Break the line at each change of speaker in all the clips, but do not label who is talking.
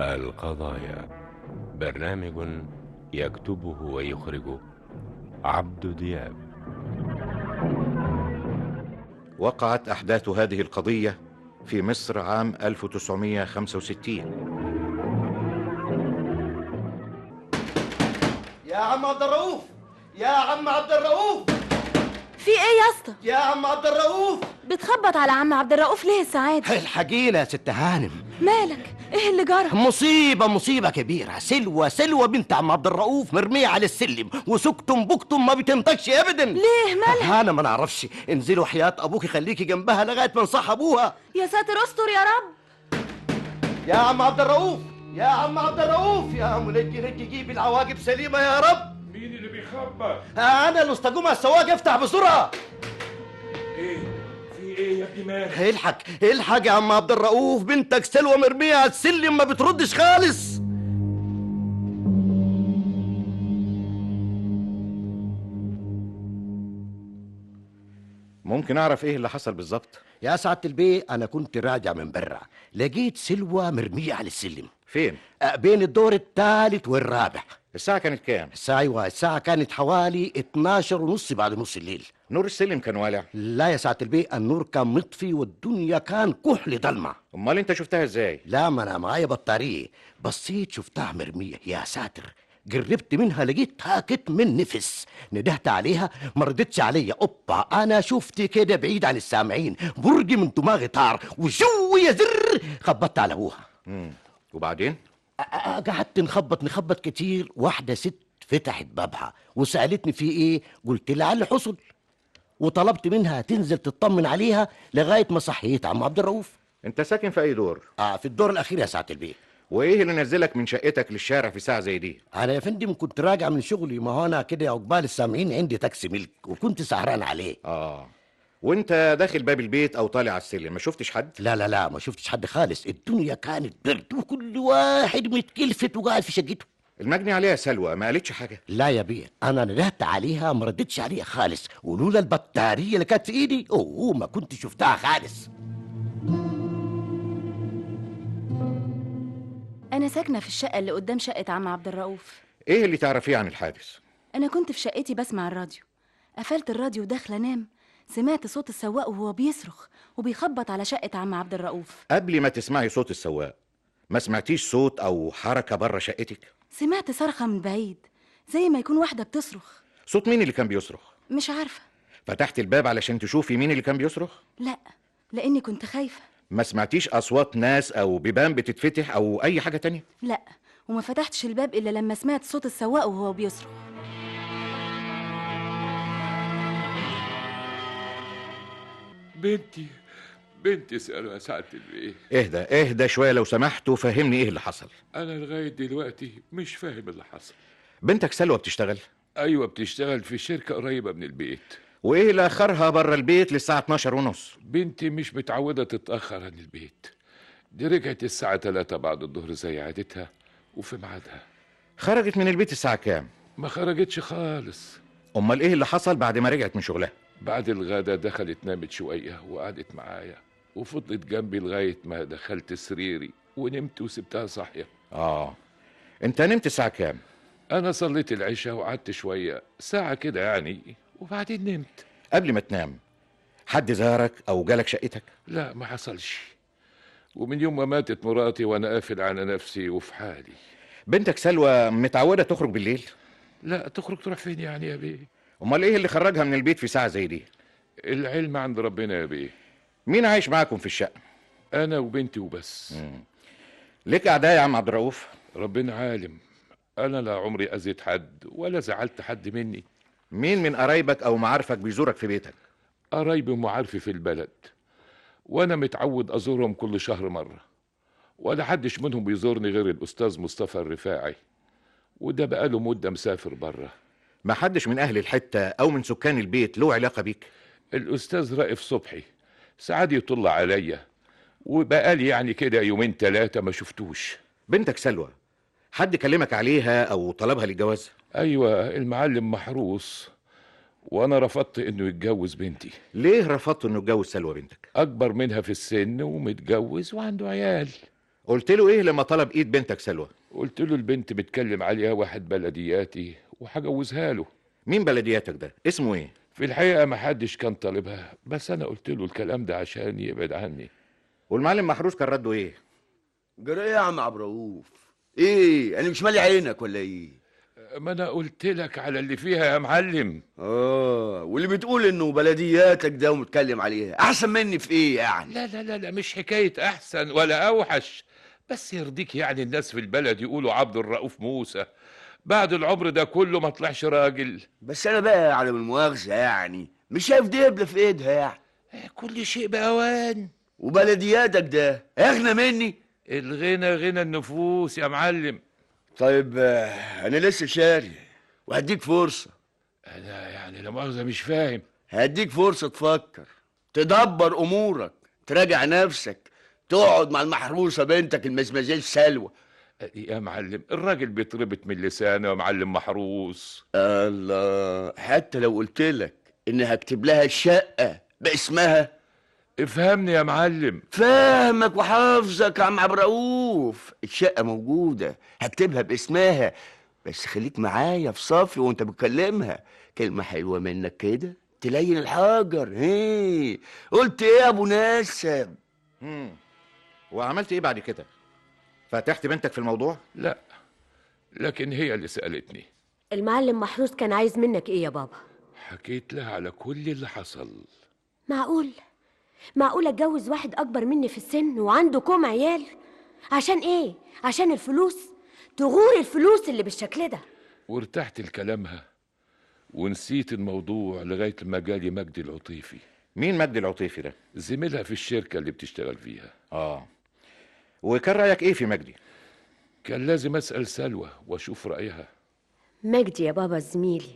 القضايا برنامج يكتبه ويخرجه عبد دياب
وقعت أحداث هذه القضية في مصر عام 1965
يا عم عبد الرؤوف يا عم عبد الرؤوف
في ايه يا اسطى
يا عم عبد الرؤوف
بتخبط على عم عبد الرؤوف ليه الساعات
الحقينا يا ست هانم
مالك ايه اللي جرى
مصيبة مصيبة كبيرة سلوى سلوى بنت عم عبد الرؤوف مرمية على السلم وسكتم بكتم ما بتنطقش ابدا
ليه مالك
انا ما نعرفش انزلوا حياة ابوكي خليكي جنبها لغاية ما نصح ابوها
يا ساتر استر يا رب
يا عم عبد الرؤوف يا عم عبد الرؤوف يا منجي نجي جيب العواجب سليمة يا رب
مين اللي بيخبط؟
آه،
أنا الأسطجمة السواق افتح بسرعة
ايه؟ في ايه يا ابني مالك؟
الحق الحق يا عم عبد الرؤوف بنتك سلوى مرمية على السلم ما بتردش خالص
ممكن أعرف إيه اللي حصل بالظبط؟
يا سعادة البيه أنا كنت راجع من برا لقيت سلوى مرمية على السلم
فين؟
أه، بين الدور الثالث والرابع
الساعة كانت كام؟
الساعة أيوة الساعة كانت حوالي 12 ونص بعد نص الليل
نور السلم كان والع
لا يا سعادة البيه النور كان مطفي والدنيا كان كحل ضلمة
أمال أنت شفتها إزاي؟
لا ما أنا معايا بطارية بصيت شفتها مرمية يا ساتر جربت منها لقيتها كت من نفس ندهت عليها ما ردتش عليا اوبا انا شفت كده بعيد عن السامعين برج من دماغي طار وشو يا زر خبطت على ابوها
مم. وبعدين؟
أ- أ- قعدت نخبط نخبط كتير واحدة ست فتحت بابها وسألتني في ايه قلت لها اللي حصل وطلبت منها تنزل تطمن عليها لغاية ما صحيت عم عبد الرؤوف
أنت ساكن في أي دور؟
آه في الدور الأخير يا ساعة البيت
وإيه اللي نزلك من شقتك للشارع في ساعة زي دي؟
أنا يا فندم كنت راجع من شغلي ما هو أنا كده عقبال السامعين عندي تاكسي ملك وكنت سهران عليه
آه وأنت داخل باب البيت أو طالع على السلم ما شفتش حد؟
لا لا لا ما شفتش حد خالص الدنيا كانت برد وكل واحد متكلفت وقاعد في شقته
المجني عليها سلوى ما قالتش حاجة
لا يا بيه انا ندهت عليها ما ردتش عليها خالص ولولا البطاريه اللي كانت في ايدي اوه ما كنت شفتها خالص
انا ساكنه في الشقه اللي قدام شقه عم عبد الرؤوف
إيه اللي تعرفيه عن الحادث؟
انا كنت في شقتي بسمع الراديو قفلت الراديو وداخله انام سمعت صوت السواق وهو بيصرخ وبيخبط على شقه عم عبد الرؤوف
قبل ما تسمعي صوت السواق ما سمعتيش صوت أو حركة بره شقتك؟
سمعت صرخه من بعيد زي ما يكون واحده بتصرخ
صوت مين اللي كان بيصرخ؟
مش عارفه
فتحت الباب علشان تشوفي مين اللي كان بيصرخ؟
لا لاني كنت خايفه
ما سمعتيش أصوات ناس أو بيبان بتتفتح أو أي حاجة تانية؟
لا وما فتحتش الباب الا لما سمعت صوت السواق وهو بيصرخ
بنتي بنتي سألوا يا سعادة البيه
اهدى اهدى شوية لو سمحت وفهمني إيه اللي حصل
أنا لغاية دلوقتي مش فاهم اللي حصل
بنتك سلوى بتشتغل
أيوة بتشتغل في شركة قريبة من البيت
وايه اللي اخرها بره البيت للساعه 12 ونص
بنتي مش متعودة تتأخر عن البيت دي رجعت الساعة 3 بعد الظهر زي عادتها وفي ميعادها
خرجت من البيت الساعه كام
ما خرجتش خالص
امال ايه اللي حصل بعد ما رجعت من شغلها
بعد الغدا دخلت نامت شوية وقعدت معايا وفضلت جنبي لغاية ما دخلت سريري ونمت وسبتها صاحية
اه انت نمت الساعه كام
أنا صليت العشاء وقعدت شوية ساعة كده يعني وبعدين نمت
قبل ما تنام حد زارك او جالك شقتك
لا ما حصلش ومن يوم ما ماتت مراتي وأنا قافل على نفسي وفي حالي
بنتك سلوى متعوده تخرج بالليل
لا تخرج تروح فين يعني يا بيه
امال ايه اللي خرجها من البيت في ساعه زي دي
العلم عند ربنا يا بيه
مين عايش معاكم في الشقه
أنا وبنتي وبس
ليك اعداء يا عم عبد الرؤوف
ربنا عالم أنا لا عمري أذيت حد ولا زعلت حد مني
مين من قرايبك او معارفك بيزورك في بيتك
قرايبي ومعارفي في البلد وانا متعود ازورهم كل شهر مره ولا حدش منهم بيزورني غير الاستاذ مصطفى الرفاعي وده بقاله مده مسافر بره
ما حدش من اهل الحته او من سكان البيت له علاقه بيك
الاستاذ رائف صبحي ساعات يطل عليا وبقالي يعني كده يومين ثلاثه ما شفتوش
بنتك سلوى حد كلمك عليها او طلبها للجواز
ايوه المعلم محروس وانا رفضت انه يتجوز بنتي
ليه رفضت انه يتجوز سلوى بنتك
اكبر منها في السن ومتجوز وعنده عيال
قلت له ايه لما طلب ايد بنتك سلوى
قلت له البنت بتكلم عليها واحد بلدياتي وهجوزها له
مين بلدياتك ده اسمه ايه
في الحقيقة ما حدش كان طالبها بس أنا قلت له الكلام ده عشان يبعد عني
والمعلم محروس كان رده ايه
جرى ايه يا عم عبد الرؤوف ايه انا مش مالي عينك ولا ايه
ما أنا قلت لك على اللي فيها يا معلم
اه واللي بتقول انه بلدياتك ده ومتكلم عليها احسن مني في ايه يعني
لا لا لا لا مش حكاية أحسن ولا أوحش بس يرضيك يعني الناس في البلد يقولوا عبد الرؤوف موسى بعد العمر ده كله ما طلعش راجل
بس انا بقى على المؤاخذه يعني مش شايف دبله في ايدها يعني
آه، كل شيء بأوان
وبلدياتك ده اغنى مني
الغنى غنى النفوس يا معلم
طيب آه، انا لسه شاري وهديك فرصه
أنا يعني لا مؤاخذة مش فاهم
هديك فرصه تفكر تدبر امورك تراجع نفسك تقعد مع المحروسه بنتك المزمزيل سلوى
يا معلم الراجل بيتربط من لسانه يا معلم محروس
الله حتى لو قلت لك اني هكتب لها شقه باسمها
افهمني يا معلم
فاهمك وحافظك يا عم عبد الرؤوف الشقه موجوده هكتبها باسمها بس خليك معايا في صفي وانت بتكلمها كلمه حلوه منك كده تلين الحجر هي قلت ايه يا ابو ناسب
مم. وعملت ايه بعد كده فتحت بنتك في الموضوع
لا لكن هي اللي سألتني
المعلم محروس كان عايز منك ايه يا بابا
حكيت لها على كل اللي حصل
معقول معقول اتجوز واحد اكبر مني في السن وعنده كوم عيال عشان ايه عشان الفلوس تغور الفلوس اللي بالشكل ده
وارتحت لكلامها ونسيت الموضوع لغاية ما جالي مجدي العطيفي
مين مجدي العطيفي ده
زميلها في الشركة اللي بتشتغل فيها
اه وكان رايك ايه في مجدي
كان لازم أسأل سلوى وأشوف رأيها
مجدي يا بابا زميلي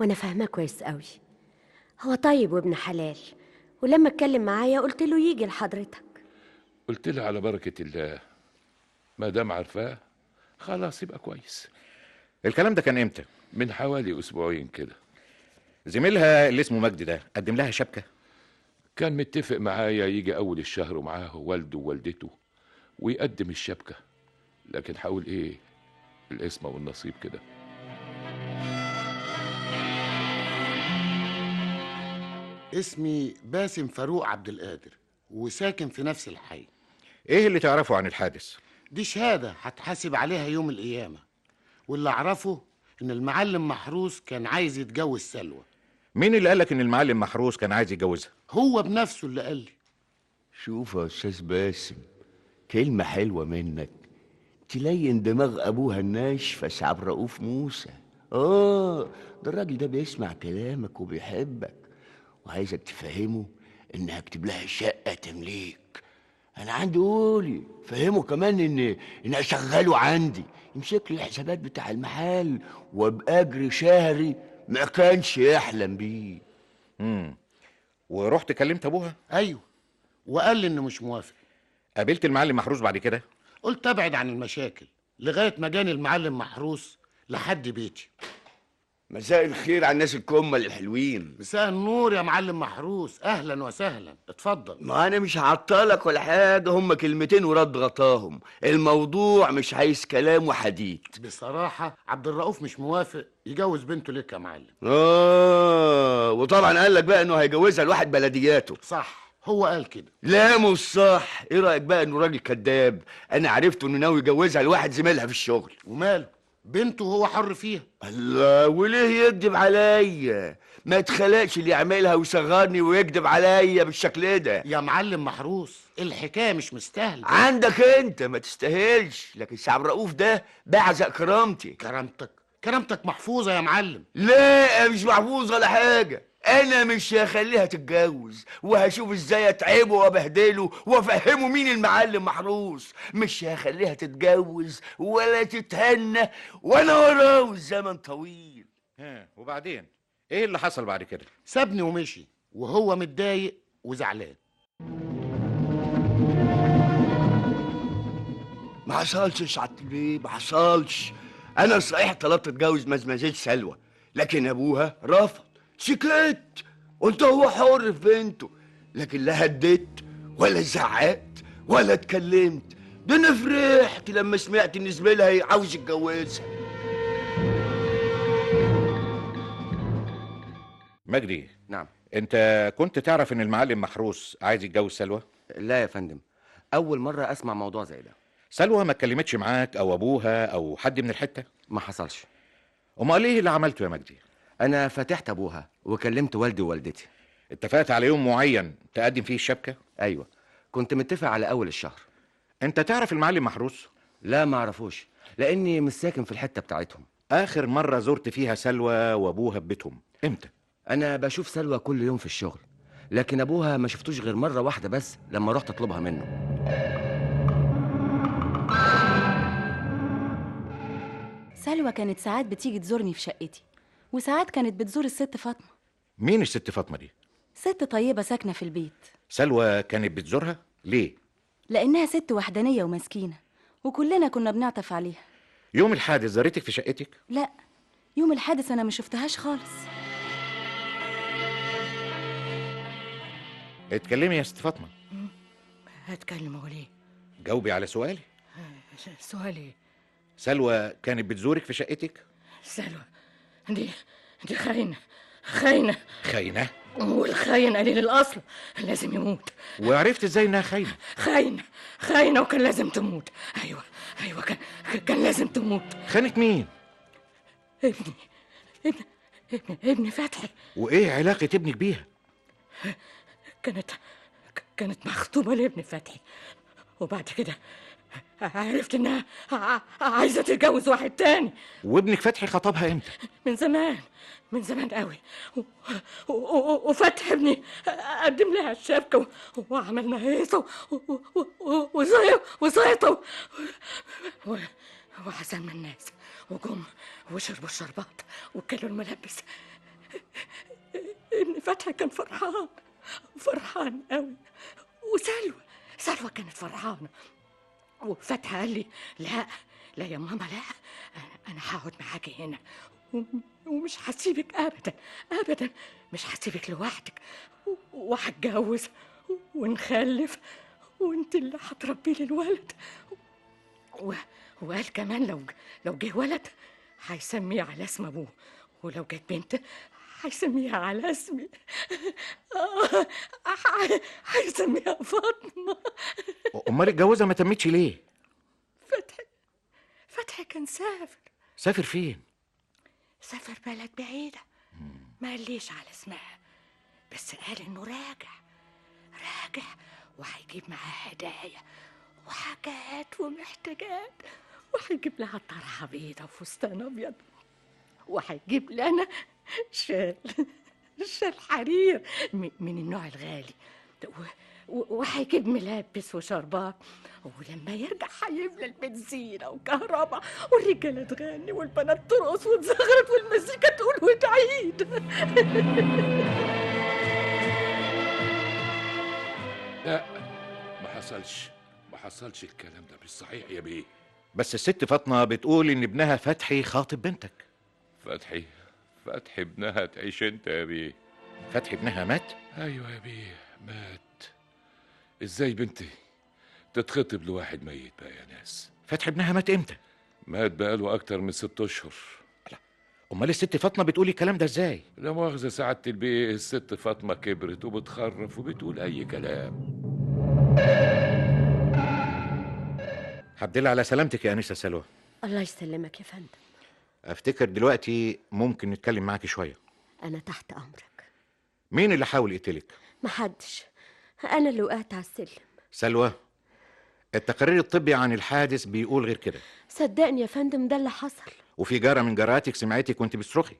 وانا فاهماه كويس قوي هو طيب وابن حلال ولما اتكلم معايا قلت له يجي لحضرتك
قلت لها على بركة الله ما دام عارفاه خلاص يبقى كويس
الكلام ده كان امتى
من حوالي أسبوعين كده
زميلها اللي اسمه مجدي ده قدم لها شبكه
كان متفق معايا يجي أول الشهر ومعاه والده ووالدته ويقدم الشبكة لكن حاول إيه القسمة والنصيب كده
اسمي باسم فاروق عبد القادر وساكن في نفس الحي
ايه اللي تعرفه عن الحادث
دي شهادة هتحاسب عليها يوم القيامة واللي أعرفه إن المعلم محروس كان عايز يتجوز سلوى
مين اللي قالك ان المعلم محروس كان عايز يتجوزها
هو بنفسه اللي قال لي
شوف يا استاذ باسم كلمه حلوه منك تلين دماغ ابوها الناشفه سعب رؤوف موسى اه ده الراجل ده بيسمع كلامك وبيحبك وعايزك تفهمه ان هكتب لها شقه تمليك انا عندي قولي فهمه كمان ان ان اشغله عندي يمسك لي الحسابات بتاع المحل وباجر شهري ما كانش يحلم بيه
ورحت كلمت ابوها
أيوه وقال لي إنه مش موافق
قابلت المعلم محروس بعد كده
قلت أبعد عن المشاكل لغاية ما جاني المعلم محروس لحد بيتي
مساء الخير على الناس الكمل الحلوين
مساء النور يا معلم محروس أهلا وسهلا اتفضل
ما انا مش هعطلك ولا حاجه هم كلمتين ورد غطاهم الموضوع مش عايز كلام وحديد
بصراحة عبد الرؤوف مش موافق يجوز بنته ليك يا معلم
اه وطبعا قال لك بقى انه هيجوزها لواحد بلدياته
صح هو قال كده
لا مش صح ايه رايك بقى انه راجل كذاب انا عرفت انه ناوي يجوزها لواحد زميلها في الشغل
وماله بنته هو حر فيها
الله وليه يكذب عليا ما اتخلقش اللي يعملها ويصغرني ويكذب عليا بالشكل ده
يا معلم محروس الحكاية مش مستاهلة
عندك انت ما تستاهلش لكن سعد رؤوف ده بعزق كرامتي
كرامتك كرامتك محفوظة يا معلم
لا مش محفوظ ولا حاجة أنا مش هخليها تتجوز وهشوف ازاي اتعبه وابهدله وافهمه مين المعلم محروس مش هخليها تتجوز ولا تتهنى وانا وراه الزمن طويل
ها وبعدين ايه اللي حصل بعد كده
سابني ومشي وهو متضايق وزعلان
ما حصلش يا سعادة البيه ما حصلش انا صحيح طلبت اتجوز مزمزيل سلوى لكن ابوها رفض سكت قلت هو حر في بنته لكن لا هديت ولا زعقت ولا اتكلمت ده انا فرحت لما سمعت ان زميلها عاوز يتجوزها
مجدي
نعم
انت كنت تعرف ان المعلم محروس عايز يتجوز سلوى
لا يا فندم أول مرة أسمع موضوع زي ده
سلوى ما اتكلمتش معاك او ابوها او حد من الحته
ما حصلش
امال ايه اللي عملته يا مجدي
أنا فتحت أبوها وكلمت والدي ووالدتي
اتفقت على يوم معين تقدم فيه الشبكه
أيوة كنت متفق على أول الشهر
انت تعرف المعلم محروس
لا ما أعرفوش لأني مش ساكن في الحتة بتاعتهم
اخر مره زرت فيها سلوى وابوها في بيتهم امتى
أنا بشوف سلوى كل يوم في الشغل لكن أبوها ما شفتوش غير مرة واحدة بس لما رحت أطلبها منه
سلوى كانت ساعات بتيجي تزورني في شقتي وساعات كانت بتزور الست فاطمة
مين الست فاطمه دي
ست طيبة ساكنة في البيت
سلوى كانت بتزورها ليه
لأنها ست وحدانية ومسكينة وكلنا كنا بنعطف عليها
يوم الحادث زارتك في شقتك
لا يوم الحادث أنا ما شفتهاش خالص
اتكلمي يا ست فاطمه
هتكلم هو ليه
جاوبي على سؤالي
س- سؤالي
سلوى كانت بتزورك في شقتك
سأله دي دي خاينة خاينة
خاينه
والخاين قليل الأصل لازم يموت
وعرفت ازاي انها خاينه
خاينة خاينة وكان لازم تموت أيوة أيوة كان كان لازم تموت
خانت مين
ابني ابن ابن ابني فتحي
وايه علاقه ابنك بيها
كانت ك- كانت مخطوبة لابن فتحي وبعد كده عرفت إنها ع- عايزة تتجوز واحد تاني
وابنك فتحي خطبها امتى
من زمان من زمان قوي و- و- و- وفتح ابني قدم لها الشبكة و- وعمل مهيصة وزيطه وعزمنا الناس وجم وشربوا الشربات وكلوا الملابس ابن فتحي كان فرحان فرحان قوي وسلوى سلوى كانت فرحانة وفتحي قال لي لا لا يا ماما لا أنا- انا هقعد معاكي هنا وم- ومش هسيبك ابدا ابدا مش هسيبك لوحدك و- وهتجوز ونخلف وانت اللي هتربي لي الولد و- وقال كمان لو ج- لو جه ولد هيسميه على اسم ابوه ولو جت بنت هيسميها على اسمي آه، ح- هيسميها فاطمه
امال الجوازه ما تمتش ليه
فتحي فتحي كان سافر
سافر فين
سافر بلد بعيدة ما قاليش على اسمها بس قال انه راجع راجع وهيجيب معاه هدايا وحاجات ومحتاجات وهيجيب لها طرحة بيضة وفستان أبيض وهيجيب لنا شال شال حرير م- من النوع الغالي و- و- وهيجيب ملابس وشربات ولما يرجع هيملى البيت زينة وكهرباء والرجالة تغني والبنات ترقص وتزغرط والمزيكا تقول وتعيد
لا ما حصلش ما حصلش الكلام ده مش صحيح يا بيه
بس الست فاطمه بتقول ان ابنها فتحي خاطب بنتك
فتحي فتحي ابنها تعيش انت يا بيه
فتحي ابنها مات
ايوه يا بيه مات ازاي بنتي تتخطب لواحد ميت بقى يا ناس
فتحي ابنها مات امتى
مات بقاله اكتر من ست اشهر
امال الست فاطمه بتقول الكلام ده ازاي
لا مؤاخذة سعادة البيه الست فاطمة كبرت وبتخرف وبتقول أي كلام
هبدل على سلامتك يا انسه سلوى
الله يسلمك يا فندم
افتكر دلوقتي ممكن نتكلم معاكي شويه
انا تحت امرك
مين اللي حاول يقتلك
محدش انا اللي وقعت على السلم
سلوى التقرير الطبي عن الحادث بيقول غير كده
صدقني يا فندم ده اللي حصل
وفي جاره من جاراتك سمعتك وانت بتصرخي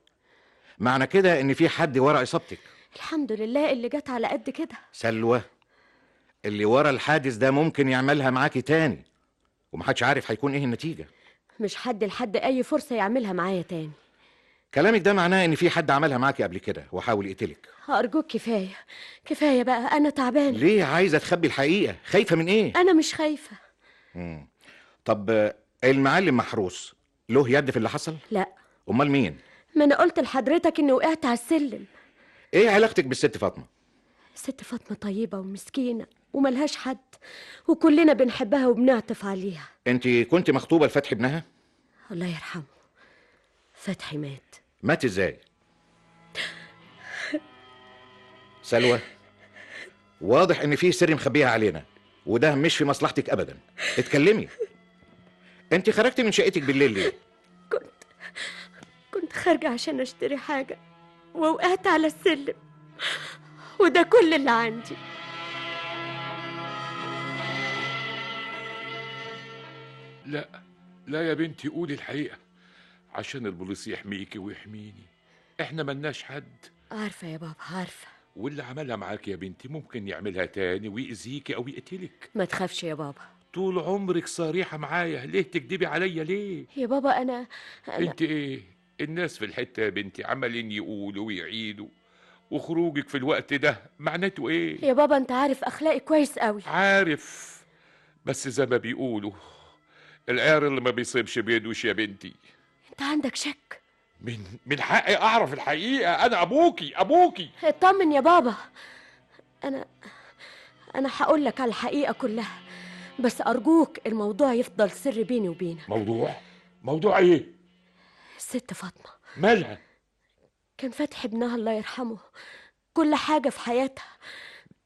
معنى كده ان في حد ورا اصابتك
الحمد لله اللي جت على قد كده
سلوى اللي ورا الحادث ده ممكن يعملها معاكي تاني ومحدش عارف هيكون ايه النتيجه
مش حد لحد اي فرصه يعملها معايا تاني
كلامك ده معناه ان في حد عملها معاكي قبل كده وحاول يقتلك
ارجوك كفايه كفايه بقى انا تعبانه
ليه عايزه تخبي الحقيقه خايفه من ايه
انا مش خايفه
مم. طب آه، المعلم محروس له يد في اللي حصل
لا
امال مين
ما انا قلت لحضرتك اني وقعت على السلم
إيه ايه علاقتك بالست فاطمه
ست فاطمه طيبه ومسكينه وملهاش حد وكلنا بنحبها وبنعطف عليها
انت كنت مخطوبه لفتحي ابنها
الله يرحمه فتحي مات
مات ازاي سلوى واضح ان في سر مخبيها علينا وده مش في مصلحتك ابدا اتكلمي انت خرجتي من شقتك بالليل ليه
كنت كنت خارجة عشان أشتري حاجة ووقعت على السلم وده كل اللي عندي
لا لا يا بنتي قولي الحقيقة عشان البوليس يحميكي ويحميني احنا ملناش حد
عارفة يا بابا عارفة
واللي عملها معاك يا بنتي ممكن يعملها تاني ويأذيكي أو يقتلك
ما تخافش يا بابا
طول عمرك صريحة معايا ليه تكدبي عليا ليه
يا بابا أنا أنا
انت ايه الناس في الحتة يا بنتي عمالين يقولوا ويعيدوا وخروجك في الوقت ده معناته ايه
يا بابا أنت عارف أخلاقي كويس قوي
عارف بس زي ما بيقولوا القار اللي ما بيصيبش بيدوش يا بنتي
أنت عندك شك
من من حقي اعرف الحقيقه انا ابوكي ابوكي
اطمن يا بابا أنا أنا هقول لك على الحقيقة كلها بس أرجوك الموضوع يفضل سر بيني وبينك
موضوع موضوع ايه
الست فاطمة
مالها
كان فتحي ابنها الله يرحمه كل حاجة في حياتها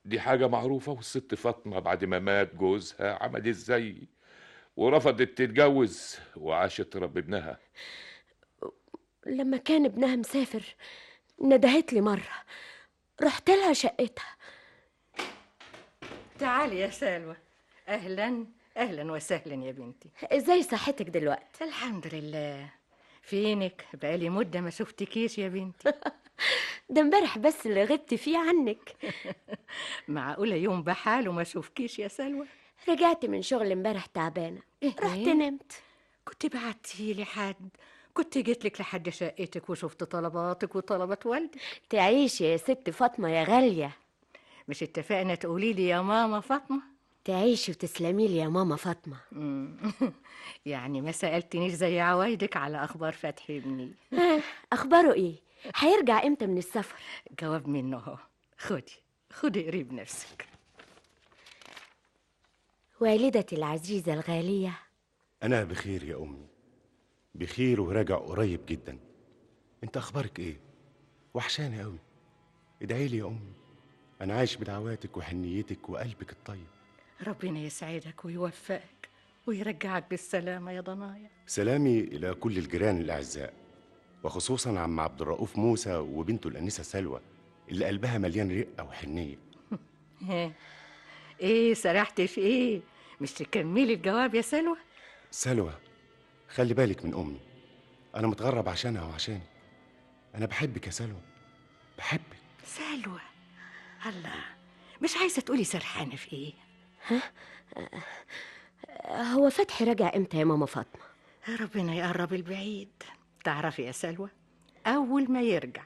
دي حاجه معروفه والست فاطمه بعد ما مات جوزها عملت ازاي ورفضت تتجوز وعاشت تربي ابنها
لما كان ابنها مسافر ندهت لي مرة رحت لها شقتها
تعالي يا سلوى اهلا اهلا وسهلا يا بنتي
ازاي صحتك دلوقتي
الحمد لله فينك بقالي مده ما شفتكيش يا بنتي
ده امبارح بس اللي غبت فيه عنك
معقوله يوم بحاله ما اشوفكيش يا سلوى
رجعت من شغل امبارح تعبانة
إيه؟
رحت نمت
كنت بعتي لي حد كنت جيت لك لحد شقتك وشفت طلباتك وطلبات والدك
تعيش يا ست فاطمة يا غالية
مش اتفقنا تقولي لي يا ماما فاطمه
تعيشي وتسلمي لي يا ماما فاطمة
مم. يعني ما سالتنيش زي عوايدك على اخبار فتحي ابني
آه، أخباره إيه؟ هيرجع إمتى من السفر؟
جواب منه اهو خدي خدي قريب نفسك
والدتي العزيزة الغالية
أنا بخير يا أمي بخير وراجع قريب جدا أنت أخبارك إيه؟ وحشاني أوي ادعي لي يا أمي أنا عايش بدعواتك وحنيتك وقلبك الطيب
ربنا يسعدك ويوفقك ويرجعك بالسلامه يا ضنايا
سلامي إلى كل الجيران الأعزاء وخصوصا عم عبد الرؤوف موسى وبنته الأنسة سلوى اللي قلبها مليان رقة وحنية
ها. ايه سرحت في ايه مش تكملي الجواب يا سلوى
سلوى خلي بالك من أمي أنا متغرب عشانها وعشاني أنا بحبك يا سلوى بحبك
سلوى الله مش عايزه تقولي سرحانه في ايه
هو فتحي رجع إمتى يا ماما فاطمة؟
ربنا يقرب البعيد تعرفي يا سلوى اول ما يرجع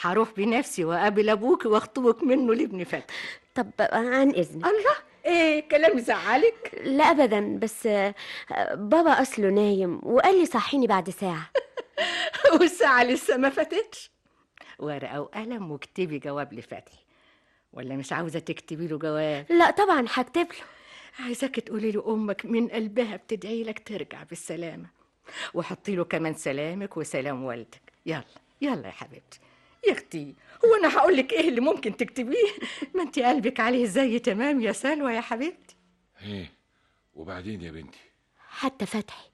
هروح بنفسي واقابل ابوك واخطبك منه لابن فتحي
طب عن إذنك
الله ايه كلام زعلك
لا أبدا بس آه، آه، بابا أصله نايم وقال لي صحيني بعد ساعة
والساعة لسه ما فاتتش ورقة وقلم واكتبي جواب لفتحي ولا مش عاوزة تكتبي له جواب
لا طبعا هكتب له
عايزاك تقولي له أمك من قلبها بتدعي لك ترجع بالسلامة وحطي له كمان سلامك وسلام والدك يلا يلا يا حبيبتي يا اختي هو انا هقول لك ايه اللي ممكن تكتبيه ما انت قلبك عليه زي تمام يا سلوى يا حبيبتي
ايه وبعدين يا بنتي
حتى فتحي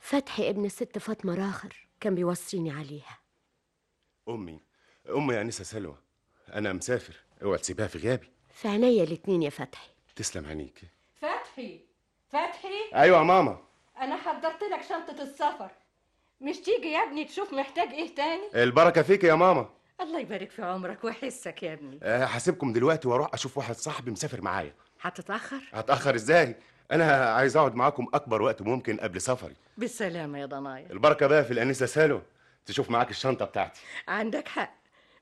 فتحي ابن الست فاطمة راخر كان بيوصيني عليها
أمي أمي يا أنسة سلوى أنا مسافر اوعى تسيبها في غيابي
في عينيا الاتنين يا فتحي
تسلم عينيك
فتحي فتحي
أيوة يا ماما
انا حضرت لك شنطه السفر مش تيجي يا ابني تشوف محتاج ايه تاني
البركة فيك يا ماما
الله يبارك في عمرك وحسك يا ابني
أه، هسيبكم دلوقتي واروح اشوف واحد صاحبي مسافر معايا
هتتاخر
هتاخر ازاي انا عايز اقعد معاكم اكبر وقت ممكن قبل سفري
بالسلامه يا ضنايا
البركه بقى في الانسه سالو تشوف معاك الشنطه بتاعتي
عندك حق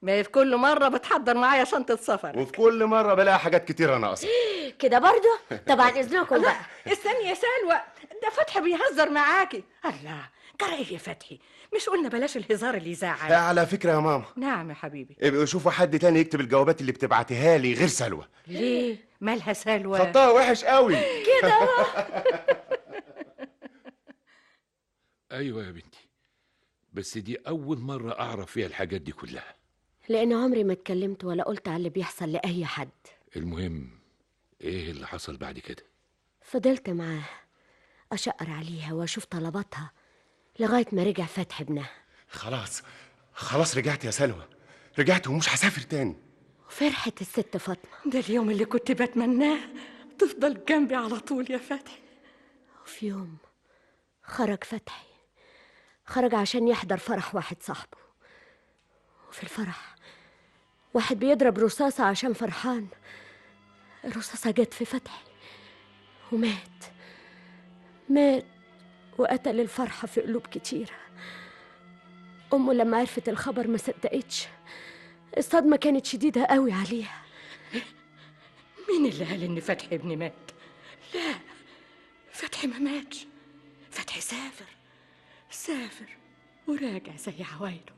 ما هي في كل مره بتحضر معايا شنطه سفر
وفي كل مره بلاقي حاجات كتير إيه، انا اصلا
كده برضه طبعا إذنكم بقى
استني يا سلوى ده فتحي بيهزر معاكي الله بتفكر ايه يا فتحي مش قلنا بلاش الهزار اللي يزعل
على فكرة يا ماما
نعم يا حبيبي
ابقوا شوفوا حد تاني يكتب الجوابات اللي بتبعتها لي غير سلوى
ليه مالها سلوى
خطها وحش قوي
كده أهو.
ايوه يا بنتي بس دي اول مره اعرف فيها الحاجات دي كلها
لأن عمري ما اتكلمت ولا قلت على اللي بيحصل لأي حد
المهم ايه اللي حصل بعد كده
فضلت معاه أشقر عليها وأشوف طلباتها لغاية ما رجع فتح ابنها
خلاص خلاص رجعت يا سلوى رجعت ومش هسافر تاني
وفرحة الست فاطمة
ده اليوم اللي كنت بتمناه تفضل جنبي على طول يا فتحي
وفي يوم خرج فتحي خرج عشان يحضر فرح واحد صاحبه وفي الفرح واحد بيضرب رصاصة عشان فرحان الرصاصة جت في فتحي ومات مات وقتل الفرحة في قلوب كتيرة أمه لما عرفت الخبر ما صدقتش الصدمة كانت شديدة قوي عليها
مين اللي قال ان فتحي ابني مات لا فتحي ما ماتش فتحي سافر سافر وراجع زي عوايده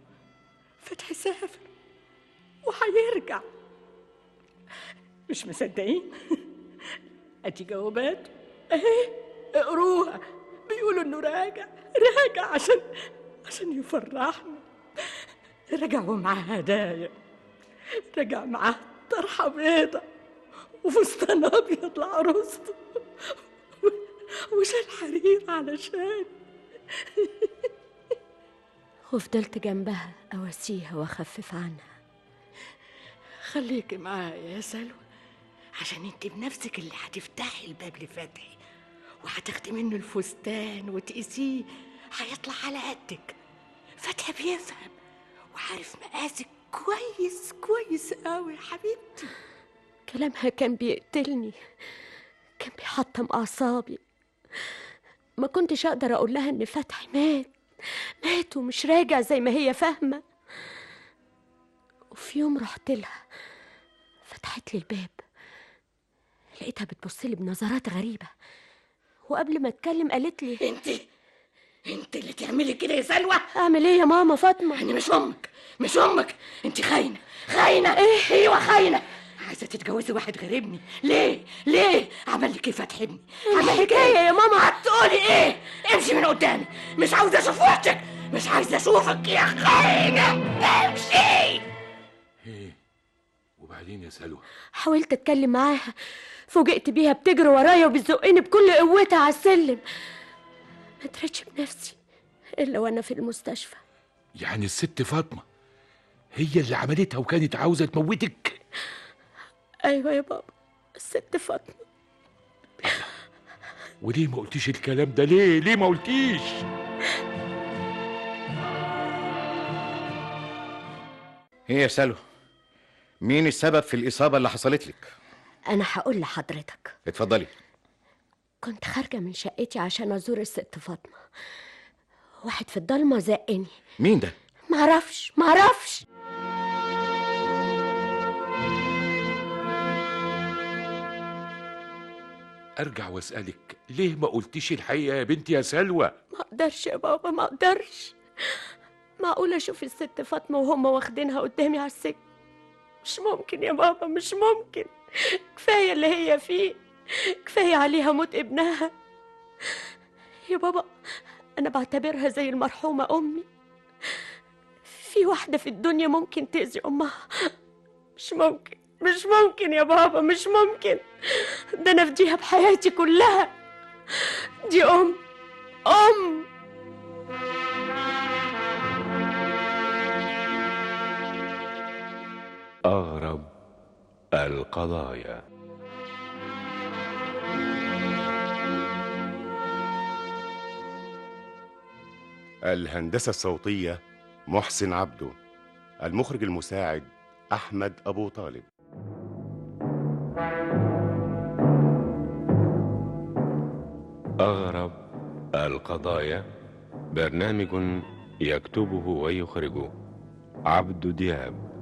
فتحي سافر وهيرجع مش مصدقين ادي جوابات اهي اقروها بيقولوا انه راجع راجع عشان عشان يفرحنا رجع ومعاه هدايا رجع معاه طرحه بيضه وفستان ابيض لعروسته وشال حرير علشان
وفضلت جنبها أواسيها وأخفف عنها
خليكي معايا يا سلوى عشان انت بنفسك اللي هتفتحي الباب لفتحي وهتاخدي منه الفستان وتقيسيه هيطلع على قدك فتحي بيفهم وعارف مقاسك كويس كويس قوي يا حبيبتي
كلامها كان بيقتلني كان بيحطم أعصابي ما كنتش أقدر أقول لها إن فتحي مات مات ومش راجع زي ما هي فاهمة وفي يوم رحت لها فتحت لي الباب لقيتها بتبص لي بنظرات غريبة وقبل ما اتكلم قالت لي
انت انت اللي تعملي كده يا سلوى
اعمل ايه يا ماما فاطمه
انا مش امك مش امك انت خاينه خاينه
إيه؟
ايه ايوه خاينه عايزه تتجوزي واحد غير ابني ليه ليه عمل لك ايه فتح ابني عمل لك
إيه الحكاية يا ماما؟
هتقولي ايه امشي من قدامي مش عاوزه اشوف وشك مش عايزه اشوفك يا خاينه امشي
ايه وبعدين يا سلوى
حاولت اتكلم معاها فوجئت بيها بتجري ورايا وبتزقني بكل قوتها على السلم ما ادريتش بنفسي الا وانا في المستشفى
يعني الست فاطمه هي اللي عملتها وكانت عاوزه تموتك
ايوه يا بابا الست فاطمه
وليه ما قلتيش الكلام ده ليه ليه ما قلتيش
هي إيه يا سلوى مين السبب في الإصابة اللي حصلت لك؟
انا هقول لحضرتك
اتفضلي
كنت خارجه من شقتي عشان ازور الست فاطمه واحد في الضلمه زقني
مين ده؟
معرفش معرفش
ارجع واسالك ليه ما قلتيش الحقيقه يا بنتي يا سلوى
ما اقدرش يا بابا ما اقدرش معقول اشوف الست فاطمه وهم واخدينها قدامي على السجن مش ممكن يا بابا مش ممكن كفايه اللي هي فيه كفايه عليها موت ابنها يا بابا انا بعتبرها زي المرحومه امي في واحده في الدنيا ممكن تاذي امها مش ممكن مش ممكن يا بابا مش ممكن ده انا فديها بحياتي كلها دي ام ام
أغرب القضايا
الهندسة الصوتية محسن عبده المخرج المساعد أحمد أبو طالب
أغرب القضايا برنامج يكتبه ويخرجه عبد دياب